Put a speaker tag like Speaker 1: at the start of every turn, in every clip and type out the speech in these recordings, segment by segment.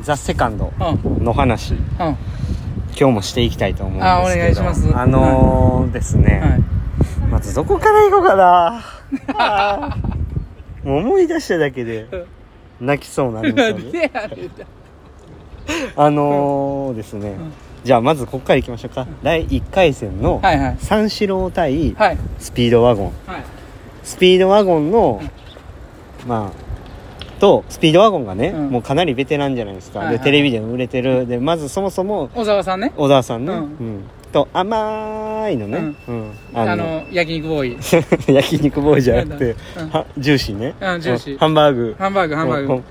Speaker 1: ザ・セカンド
Speaker 2: うんうん
Speaker 1: の話今日もしていきたいと思うんですけど
Speaker 2: あお願いします
Speaker 1: あのーですね、
Speaker 2: はい
Speaker 1: まずどこから行こうかな あーもう思い出しただけで泣きそうなんですよ
Speaker 2: なん
Speaker 1: ね
Speaker 2: であれだ
Speaker 1: あのーですね、
Speaker 2: ん
Speaker 1: じゃあまずここから行きましょうか、第1回戦の
Speaker 2: はいはい
Speaker 1: 三四郎対
Speaker 2: はい
Speaker 1: スピードワゴン、
Speaker 2: はい
Speaker 1: スピードワゴンの、まあとスピードワゴンがね、
Speaker 2: うん
Speaker 1: もうかなりベテランじゃないですか、
Speaker 2: はいはい
Speaker 1: でテレビでも売れてるでまずそもそも
Speaker 2: 小沢さんね
Speaker 1: 小沢さんね、
Speaker 2: う
Speaker 1: うんんと甘いのね、うん
Speaker 2: あ
Speaker 1: あの
Speaker 2: の焼肉ボーイ
Speaker 1: 焼肉ボーイじゃなくて、
Speaker 2: うん
Speaker 1: はジューシーね、
Speaker 2: うんジューシー
Speaker 1: ハンバーグ
Speaker 2: ハンバーグハンバー
Speaker 1: う
Speaker 2: グ
Speaker 1: ん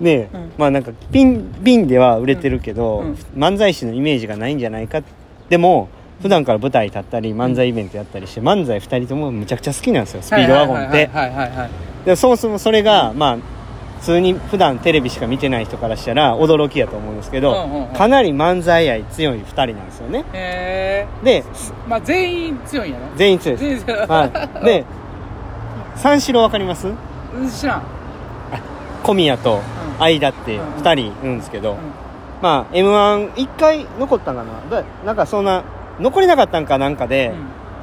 Speaker 1: で、
Speaker 2: うん
Speaker 1: まあなんか瓶瓶では売れてるけど、
Speaker 2: うんうん
Speaker 1: 漫才師のイメージがないんじゃないかでも普段から舞台立ったり漫才イベントやったりして漫才2人ともむちゃくちゃ好きなん ですよスピードワゴンって、
Speaker 2: はいはいはいはいはい
Speaker 1: でそもそもそれが、まあ普通に普段テレビしか見てない人からしたら驚きやと思うんですけど、
Speaker 2: うんうんうん
Speaker 1: かなり漫才愛強い2人なんですよね
Speaker 2: へ
Speaker 1: で
Speaker 2: えまあ全員強いんやろ
Speaker 1: 全員強いです、
Speaker 2: 全員強い
Speaker 1: はい、で三四郎わかります
Speaker 2: うん知らん
Speaker 1: 小宮と相田って
Speaker 2: うん
Speaker 1: 2人いるんですけど、
Speaker 2: うん
Speaker 1: まあ m 1 1回残ったんかなだなんかそんな残れなかったんかなんかで、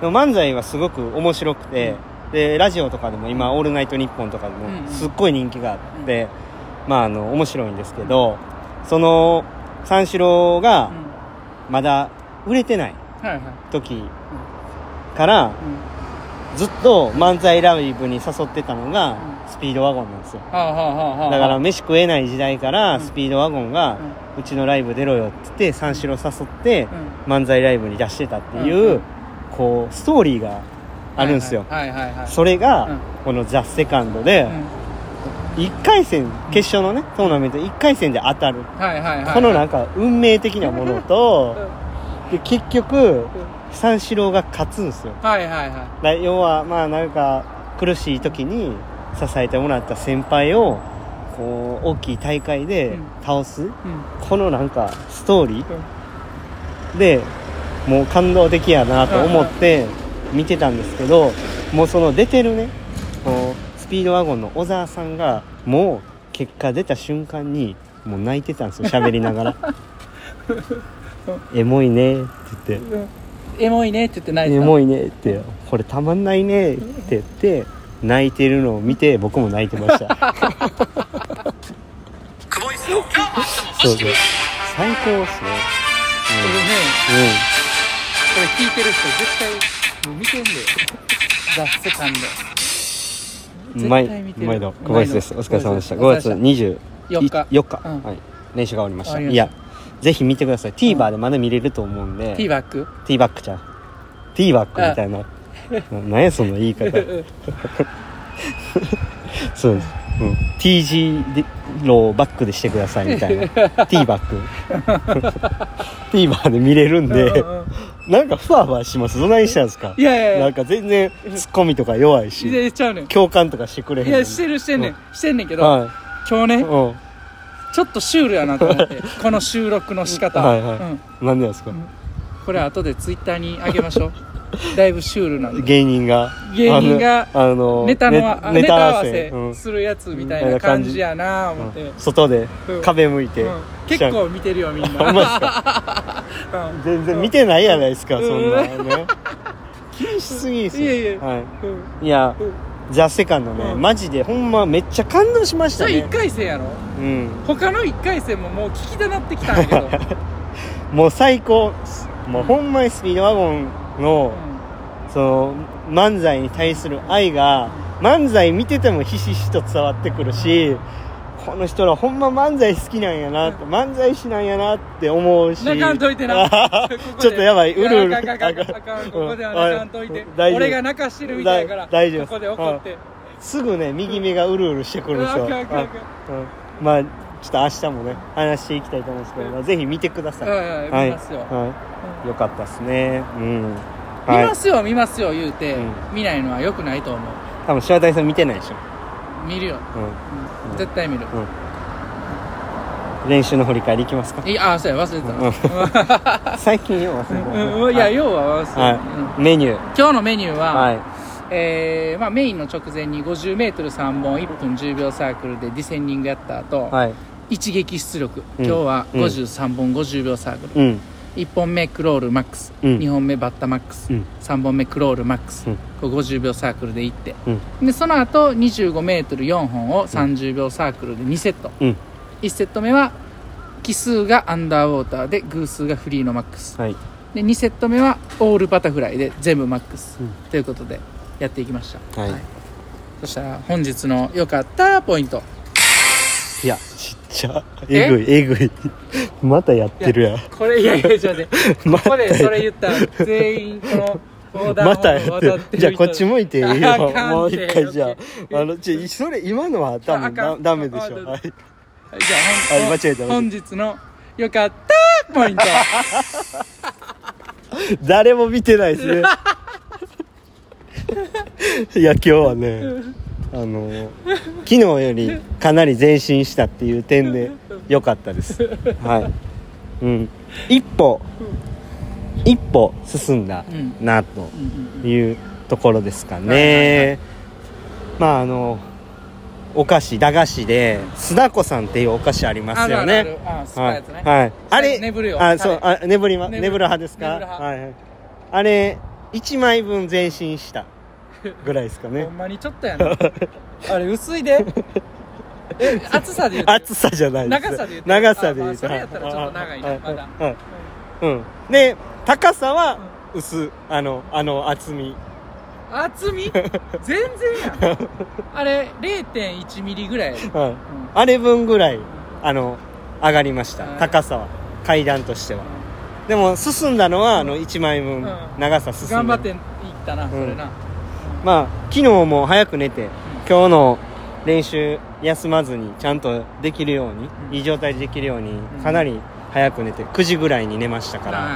Speaker 1: でも漫才はすごく面白くて、でラジオとかでも今「オールナイトニッポン」とかで
Speaker 2: うんうん
Speaker 1: もすっごい人気があって、まああの面白いんですけど、その三四郎
Speaker 2: う
Speaker 1: が
Speaker 2: んうん
Speaker 1: まだ売れてない
Speaker 2: はいはい
Speaker 1: 時から
Speaker 2: うん
Speaker 1: ずっと漫才ライブに誘ってたのがスピードワゴンなんですよ
Speaker 2: はあはあはあはあ
Speaker 1: だから飯食えない時代か
Speaker 2: うん
Speaker 1: らスピードワゴンがうちのライブ出ろよって言って三四郎誘って
Speaker 2: うん
Speaker 1: 漫才ライブに出してたって
Speaker 2: うんう
Speaker 1: い
Speaker 2: ん
Speaker 1: うこうストーリーがあるんですよ
Speaker 2: はいはいはいはい
Speaker 1: それ
Speaker 2: うん
Speaker 1: がこの「ザ・セカンドで
Speaker 2: うん
Speaker 1: 1回戦決勝のねトーナメント1回戦で当たる
Speaker 2: はいはいはい
Speaker 1: このなんか運命的なものと
Speaker 2: う
Speaker 1: で
Speaker 2: ん
Speaker 1: 結局三四郎が勝つんですよ
Speaker 2: はいはいは
Speaker 1: だ要はまあなんか苦しい時に支えてもらった先輩をこう大きい大会で倒す、
Speaker 2: いうん
Speaker 1: このなんかストーリーでもう感動的やなと思って見てたんですけどもうその出てるねこうスピードワゴンの小沢さんがもう結果出た瞬間にもう泣いてたんですよ喋りながら「エモいね」って言って
Speaker 2: エモいねって言ってない
Speaker 1: エモいねってこれたまんないねって言って泣いてるのを見て僕も泣いてましたそうそう最高ですね
Speaker 2: これね
Speaker 1: うん、うん
Speaker 2: これ聞いてる人絶対もう見てんだよザ・セカンド
Speaker 1: 毎
Speaker 2: 絶対見てる
Speaker 1: 毎度小林ですお
Speaker 2: 毎
Speaker 1: 疲
Speaker 2: 度
Speaker 1: れ様でした
Speaker 2: お疲
Speaker 1: 5
Speaker 2: れ様でし
Speaker 1: 月24
Speaker 2: た4日
Speaker 1: 4日、
Speaker 2: うん
Speaker 1: はい、練習が終わりまし
Speaker 2: 終わ
Speaker 1: た
Speaker 2: りま
Speaker 1: い
Speaker 2: した
Speaker 1: やぜひ見てください TVer でまだ見れると思うんで、
Speaker 2: ティーバック
Speaker 1: ティーバックちゃんティーバックみたいなななんやその言い方 そうです、うん、TG でローバックでしてくださいみたい なティーバック TVer で見れるんで
Speaker 2: うんうん
Speaker 1: なんかふわふわしますどないしたんですか
Speaker 2: いやいやいや
Speaker 1: なんか全然ツッコミとか弱い
Speaker 2: い
Speaker 1: し
Speaker 2: やちゃうねんい
Speaker 1: 共感とかしてくれへん
Speaker 2: やしてるしてんねんしてんねんけど
Speaker 1: はい
Speaker 2: 今日ね
Speaker 1: うん
Speaker 2: ちょっとシュールやなと思ってこの収録の仕方
Speaker 1: はいはい
Speaker 2: うん
Speaker 1: 何でなんですか、
Speaker 2: これ後でツイッターにあげましょ うだいぶシュールなんで
Speaker 1: 芸人が
Speaker 2: 芸人が
Speaker 1: あのあの
Speaker 2: ネタのあネタ合わせ
Speaker 1: うん
Speaker 2: するやつみたいな感じやな思って
Speaker 1: 外で
Speaker 2: うん
Speaker 1: 壁向いて、
Speaker 2: うん結構見てるよみん
Speaker 1: ほん
Speaker 2: な
Speaker 1: まです か
Speaker 2: うん
Speaker 1: 全然見てないやないですか、
Speaker 2: うん
Speaker 1: そんな ね気にしすぎですよ
Speaker 2: いえいえ
Speaker 1: は
Speaker 2: うん
Speaker 1: い、いや、
Speaker 2: うん
Speaker 1: ザ・セカンドね、
Speaker 2: うん
Speaker 1: マジでほんまめっちゃ感動しました
Speaker 2: それ
Speaker 1: ね
Speaker 2: 1、回戦やろ
Speaker 1: うん、
Speaker 2: 他の1回戦ももう聞きたなってきたんや けど、
Speaker 1: もう最高もうほんまにスピードワゴンの、その漫才に対する愛が漫才見ててもひしひしと伝わってくるしこの人らほんま漫才好きなんやなって漫才師なんやなって思うし
Speaker 2: 泣かんといてなここで
Speaker 1: ちょっとやばいうるうる
Speaker 2: あかんあかんあかんあかんここでは泣かんといて
Speaker 1: うん大丈夫
Speaker 2: 俺が泣かしてるみたいやから
Speaker 1: だ大丈夫
Speaker 2: ここで怒って
Speaker 1: すぐね右目がうるうるしてくるんですよ
Speaker 2: うんあかんあかんあか
Speaker 1: う
Speaker 2: ん
Speaker 1: んまあちょっと明日もね話していきたいと思うんですけど、ぜひ見てください、
Speaker 2: うん
Speaker 1: はい
Speaker 2: 見ますよ
Speaker 1: はい、よかったですねうん
Speaker 2: 見
Speaker 1: は
Speaker 2: ますよ見ますよ言うて、
Speaker 1: う
Speaker 2: 見ないのは良くないと思う
Speaker 1: い多分白谷さん見てないでしょ、
Speaker 2: 見るよ、
Speaker 1: う
Speaker 2: うん絶対見る、
Speaker 1: ん、練習の振り返りいきますか
Speaker 2: いああそうや忘れて
Speaker 1: 最近よう忘
Speaker 2: た、う
Speaker 1: れ
Speaker 2: ん
Speaker 1: て
Speaker 2: うんうんいや
Speaker 1: よ
Speaker 2: 要は忘れてた、うん
Speaker 1: はいメニュー
Speaker 2: 今日のメニューは、
Speaker 1: はい
Speaker 2: えーまあ、メインの直前に 50m3 本1分10秒サークルでディセンディングやった後、
Speaker 1: はい
Speaker 2: 一撃出力
Speaker 1: うん
Speaker 2: 今日は
Speaker 1: うん
Speaker 2: 53本50秒サークル、
Speaker 1: うん
Speaker 2: 1本目クロールマックス、
Speaker 1: うん
Speaker 2: 2本目バッタマックス、
Speaker 1: うん
Speaker 2: 3本目クロールマックス、
Speaker 1: うん
Speaker 2: こう50秒サークルで行って、
Speaker 1: うん
Speaker 2: でその後25メートル4本を30秒サークルで2セット、
Speaker 1: うん
Speaker 2: 1セット目は奇数がアンダーウォーターで偶数がフリーのマックス
Speaker 1: はい
Speaker 2: で2セット目はオールバタフライで全部マックス、
Speaker 1: うん
Speaker 2: ということでやっていきました、
Speaker 1: はい
Speaker 2: そしたら本日の良かったポイント
Speaker 1: いやちっちゃえぐいえぐい またやってるやん
Speaker 2: これいやいやちょっと待っ て
Speaker 1: ま
Speaker 2: ここでそれ
Speaker 1: や
Speaker 2: 言ったら全員この横断
Speaker 1: ま
Speaker 2: 歩道
Speaker 1: た
Speaker 2: を
Speaker 1: やって
Speaker 2: 渡って
Speaker 1: る
Speaker 2: る
Speaker 1: じゃあこっち
Speaker 2: も
Speaker 1: 向いていい
Speaker 2: あ
Speaker 1: よ
Speaker 2: あかん
Speaker 1: もう
Speaker 2: て
Speaker 1: 一回じゃ
Speaker 2: オッケ
Speaker 1: あ
Speaker 2: ー
Speaker 1: あのちょそれ今のは多
Speaker 2: ああ
Speaker 1: 分
Speaker 2: か
Speaker 1: ダ
Speaker 2: ん
Speaker 1: ダメでしょ
Speaker 2: ああ
Speaker 1: はい
Speaker 2: じゃあ
Speaker 1: あ
Speaker 2: 本
Speaker 1: 間違えた間違えた
Speaker 2: 本日の良かったポイント
Speaker 1: 誰も見てないです ねいや今日はねあの昨日よりかなり前進したっていう点で良かったですはいうん一歩一歩進んだなと
Speaker 2: うんうん
Speaker 1: いうところですか
Speaker 2: はいはいは
Speaker 1: ねまああのお菓子駄菓子で須田子さんっていうお菓子ありますよね
Speaker 2: あるあるあるあ酸っぱい
Speaker 1: は
Speaker 2: や
Speaker 1: い
Speaker 2: つね、。
Speaker 1: はい。あれ、
Speaker 2: 眠るよ
Speaker 1: あ、そう、
Speaker 2: タ
Speaker 1: あ、眠りま、
Speaker 2: 眠
Speaker 1: 眠
Speaker 2: る
Speaker 1: る派ですか
Speaker 2: 眠る派
Speaker 1: はいはい。あれ、1枚分前進した。ぐらいですか
Speaker 2: ほ
Speaker 1: ね。
Speaker 2: んまにちょっとやなあれ薄いでえ厚さで言うと
Speaker 1: 厚さじゃないです。
Speaker 2: 長さで言うと
Speaker 1: 長さで言うと
Speaker 2: あまあそれやったらちょっと長いな
Speaker 1: はい
Speaker 2: まだ
Speaker 1: はいうん。で、高さは、薄、あの、あの、厚み。
Speaker 2: 厚み全然やんあれ0.1ミリぐらいやで、うん
Speaker 1: はい。あれ分ぐらい、あの、上がりました
Speaker 2: は。い
Speaker 1: 高さは。階段としては。でも、進んだのは、あの、1枚分
Speaker 2: うん、
Speaker 1: 長さ進んだ。
Speaker 2: 頑張っていったな、それな
Speaker 1: まあ昨日も早く寝て今日の練習休まずにちゃんとできるように、
Speaker 2: うん
Speaker 1: いい状態でできるように
Speaker 2: ん
Speaker 1: かなり早く寝て9時ぐらいに寝ましたから、
Speaker 2: は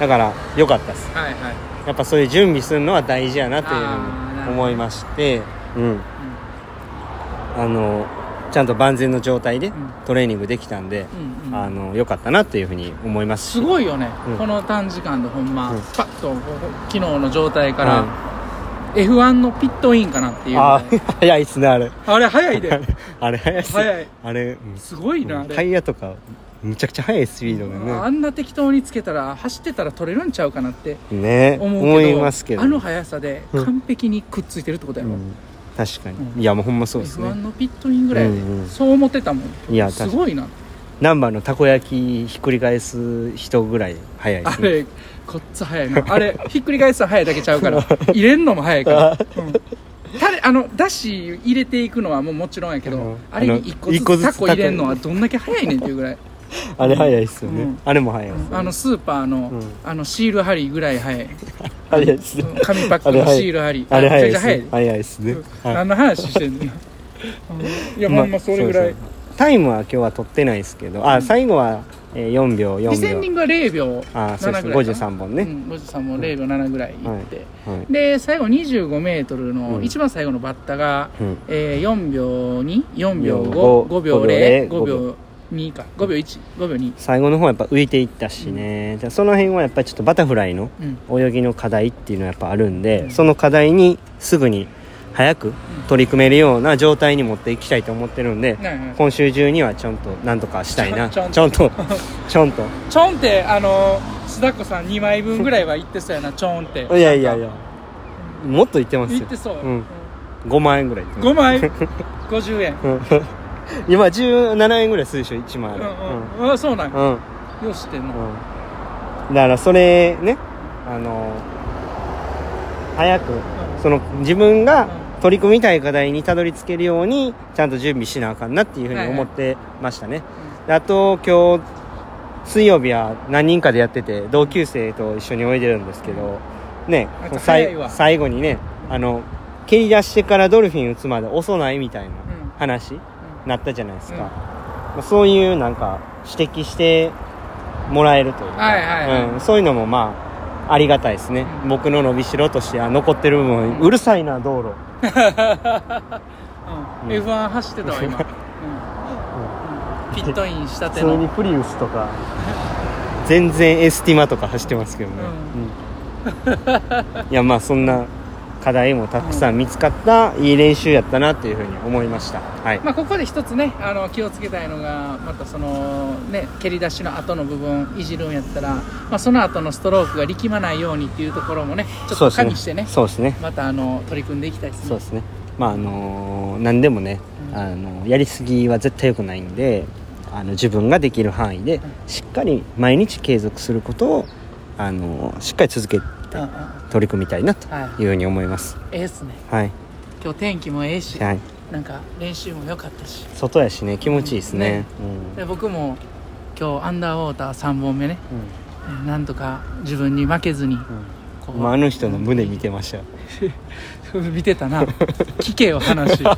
Speaker 1: だから良かったです
Speaker 2: いはいはい
Speaker 1: やっぱそういう準備するのは大事やなっていう
Speaker 2: あーな
Speaker 1: ふ
Speaker 2: る
Speaker 1: う
Speaker 2: ほ
Speaker 1: に
Speaker 2: ど
Speaker 1: 思いましてうんあのちゃんと万全の状態で
Speaker 2: ん
Speaker 1: トレーニングできたんで、
Speaker 2: うんうん
Speaker 1: あの良かったなっていうふうに思いますし
Speaker 2: すごいよね、
Speaker 1: うん
Speaker 2: この短時間でほんま、
Speaker 1: うん
Speaker 2: パッとここ昨日の状態から、
Speaker 1: は
Speaker 2: F1 のピットインかなっていう
Speaker 1: あ
Speaker 2: あ
Speaker 1: ー早いっすねあれ
Speaker 2: あれ早いで
Speaker 1: あれ早いっすね
Speaker 2: 早い
Speaker 1: あれ、うん
Speaker 2: すごいなあれ
Speaker 1: タイヤとかむちゃくちゃ速いスピードが
Speaker 2: あんな適当につけたら走ってたら取れるんちゃうかなって
Speaker 1: ねね
Speaker 2: 思うけど
Speaker 1: 思いますけど
Speaker 2: あの速さで
Speaker 1: うん
Speaker 2: 完璧にくっついてるってことやろ、
Speaker 1: うん確かに、
Speaker 2: うん
Speaker 1: いやもうほんまそうです
Speaker 2: F1
Speaker 1: ね
Speaker 2: のピットインぐらいで、
Speaker 1: うんうん
Speaker 2: そう思ってたもん
Speaker 1: いや
Speaker 2: す
Speaker 1: 確かに
Speaker 2: ごいな
Speaker 1: 南蛮のたこ焼きひっくり返す人ぐらい早いで
Speaker 2: あ
Speaker 1: すね
Speaker 2: れこっち早いなあれひっくり返すの早いだけちゃうから 入れんのも早いから、うんタレあのだし入れていくのはもうもちろんやけど、
Speaker 1: うん
Speaker 2: あれ
Speaker 1: あの
Speaker 2: に一個ず
Speaker 1: 一個
Speaker 2: つ
Speaker 1: ずつ
Speaker 2: タコ入れんのはどんだけ早いねんっていう ぐらい、
Speaker 1: あれ早いっすよね、
Speaker 2: うん
Speaker 1: あれも早いっすよね、
Speaker 2: あのスーパーの,、
Speaker 1: うん
Speaker 2: あのシール貼りぐらい早い
Speaker 1: 早いっすね
Speaker 2: うん紙パックのシール貼り
Speaker 1: あれ早い
Speaker 2: めち
Speaker 1: っ
Speaker 2: ゃく
Speaker 1: す
Speaker 2: ちゃ早い
Speaker 1: ね早いっすね、は
Speaker 2: 何の話して んの、うんいや
Speaker 1: い
Speaker 2: ほんまそれぐらい
Speaker 1: そうそうタイムは今日は取ってないですけどあ、最後は、えー、4秒
Speaker 2: リセ
Speaker 1: 4
Speaker 2: ンデ
Speaker 1: 秒
Speaker 2: ィングは0秒
Speaker 1: あそうで
Speaker 2: 7
Speaker 1: す
Speaker 2: ぐ
Speaker 1: ね
Speaker 2: らいかな
Speaker 1: 53本ね、
Speaker 2: うん、53も0秒7ぐらいいって、
Speaker 1: はい
Speaker 2: で最後2 5ルの
Speaker 1: うん
Speaker 2: 一番最後のバッタが、
Speaker 1: うん
Speaker 2: えー、4秒24秒
Speaker 1: 5
Speaker 2: 55秒
Speaker 1: 5
Speaker 2: 05
Speaker 1: 秒
Speaker 2: 秒2か5秒15秒2
Speaker 1: 最後の方はやっぱ浮いていったしね、でその辺はやっぱりちょっとバタフライの
Speaker 2: うん
Speaker 1: 泳ぎの課題っていうのはやっぱあるんで、その課題にすぐに早く取り組めるような状態に持っていきたいと思ってるんで、
Speaker 2: はいはい
Speaker 1: 今週中にはちゃんとなんとかしたいな
Speaker 2: ち
Speaker 1: ち
Speaker 2: ゃ
Speaker 1: ゃ
Speaker 2: ん
Speaker 1: ん
Speaker 2: ちゃ
Speaker 1: とちゃんと
Speaker 2: ちょんってあのー須田子さん2枚分ぐらいは言ってそうやなちょんって
Speaker 1: いやいやいやもっと言ってます
Speaker 2: 言
Speaker 1: よ
Speaker 2: ってそう、
Speaker 1: うん5万円ぐらい言ってま
Speaker 2: 5
Speaker 1: す
Speaker 2: 枚50円
Speaker 1: 今17円ぐらいするでしょ1
Speaker 2: う
Speaker 1: 万
Speaker 2: ん
Speaker 1: 円
Speaker 2: うん、あそうなん
Speaker 1: うんうん、
Speaker 2: よしてんの、
Speaker 1: うんだからそれねあの早くその自分が取り組みたい課題にたどり着けるようにちゃんと準備しなあかんなっていうふうに思ってましたね、であと今日水曜日は何人かでやってて同級生と一緒に泳いでるんですけどね
Speaker 2: なんか
Speaker 1: さい
Speaker 2: 早いわ
Speaker 1: 最後にねあの蹴り出してからドルフィン打つまで遅ないみたいな話、なったじゃないですか、
Speaker 2: うん
Speaker 1: まあそういうなんか指摘してもらえるというか、
Speaker 2: はいはいはい
Speaker 1: うん、そういうのもまあありがたいですね、
Speaker 2: うん
Speaker 1: 僕の伸びしろとしては残ってる部分、
Speaker 2: うん
Speaker 1: うるさいな道路
Speaker 2: うん F1 走ってたわ今、うんうんピットインしたて
Speaker 1: 普通
Speaker 2: の
Speaker 1: にプリウスとか全然エスティマとか走ってますけどね、うんいやまあそんな課題もたくさん見つかったいい練習やったなっていうふうに思いましたはい
Speaker 2: まあ、ここで一つねあの気をつけたいのがまたその、ね、蹴り出しの後の部分いじるんやったら、まあ、その後のストロークが力まないようにっていうところもねちょっ
Speaker 1: そう
Speaker 2: と
Speaker 1: です
Speaker 2: 加味してね
Speaker 1: そうですね
Speaker 2: またあの取り組んでいきたいですね
Speaker 1: そうですねまああのー何でもね、
Speaker 2: うん
Speaker 1: あのやりすぎは絶対良くないんであの自分ができる範囲でしっかり毎日継続することを、あのーしっかり続けて
Speaker 2: うんうんは
Speaker 1: 取り組みたいなと
Speaker 2: い
Speaker 1: いうふうに思います
Speaker 2: ええっすね
Speaker 1: はい、
Speaker 2: 今日天気もええし、
Speaker 1: はい、
Speaker 2: なんか練習も良かったし
Speaker 1: 外やしね気持ちいいですね
Speaker 2: ねで僕も今日アンダーウォーター3本目ね
Speaker 1: うん
Speaker 2: えーなんとか自分に負けずにこ
Speaker 1: う
Speaker 2: うん
Speaker 1: まあ、あの人の胸見てましたよ
Speaker 2: 見てたな聞けよ話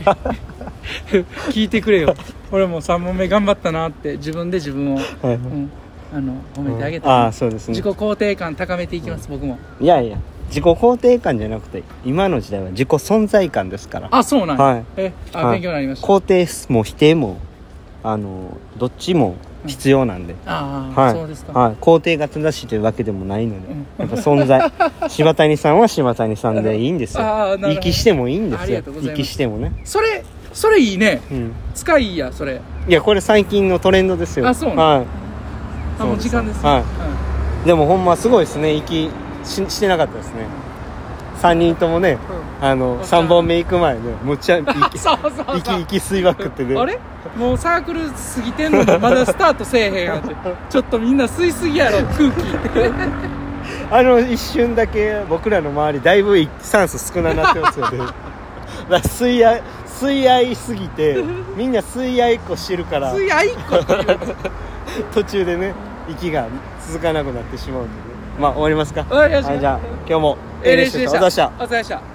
Speaker 2: 聞いてくれよ俺も3問目頑張ったなって自分で自分を、
Speaker 1: はい
Speaker 2: うん、あの褒めてあげ
Speaker 1: あ
Speaker 2: た、
Speaker 1: あそうですね
Speaker 2: 自己肯定感高めていきます、僕も
Speaker 1: いやいや自己肯定感じゃなくて今の時代は自己存在感ですから
Speaker 2: あそうなんや、
Speaker 1: はい
Speaker 2: えあ、
Speaker 1: はい
Speaker 2: 勉強になりました
Speaker 1: 肯定も否定もあのどっちも必要なんで、
Speaker 2: ああ、
Speaker 1: はい
Speaker 2: そうですか、
Speaker 1: はい、肯定が正しいというわけでもないので、
Speaker 2: うん
Speaker 1: やっぱ存 在柴谷さんは柴谷さんでいいんですよ
Speaker 2: あーなるほど
Speaker 1: 息してもいいんで
Speaker 2: あ
Speaker 1: す
Speaker 2: り
Speaker 1: よ
Speaker 2: がとうございます
Speaker 1: 息してもね、
Speaker 2: それそれいいね
Speaker 1: うん、
Speaker 2: 使いやそれ
Speaker 1: いやこれ最近のトレンドですよ
Speaker 2: あそうなん
Speaker 1: はい
Speaker 2: あもう時間です、
Speaker 1: はい
Speaker 2: うん
Speaker 1: でもほんますごいですね息ししてなかったですね3人ともねあの
Speaker 2: わかる
Speaker 1: 3本目行く前ねむっちゃ 息
Speaker 2: そうそうそう
Speaker 1: 息息吸いまくってね
Speaker 2: あれもうサークル過ぎてんのにまだスタートせえへんやんってちょっとみんな吸いすぎやろ 空気
Speaker 1: あの一瞬だけ僕らの周りだいぶ酸素少ななってます よねだから吸い合い吸い合いすぎてみんな吸い合いっこしてるから
Speaker 2: 吸い合いっこっていうの
Speaker 1: 途中でね息が続かなくなってしまうんでねまあ終わりますか
Speaker 2: わかりました
Speaker 1: はいじゃあ今日も
Speaker 2: えー練習でした
Speaker 1: お疲れ様でした
Speaker 2: お疲れ様でした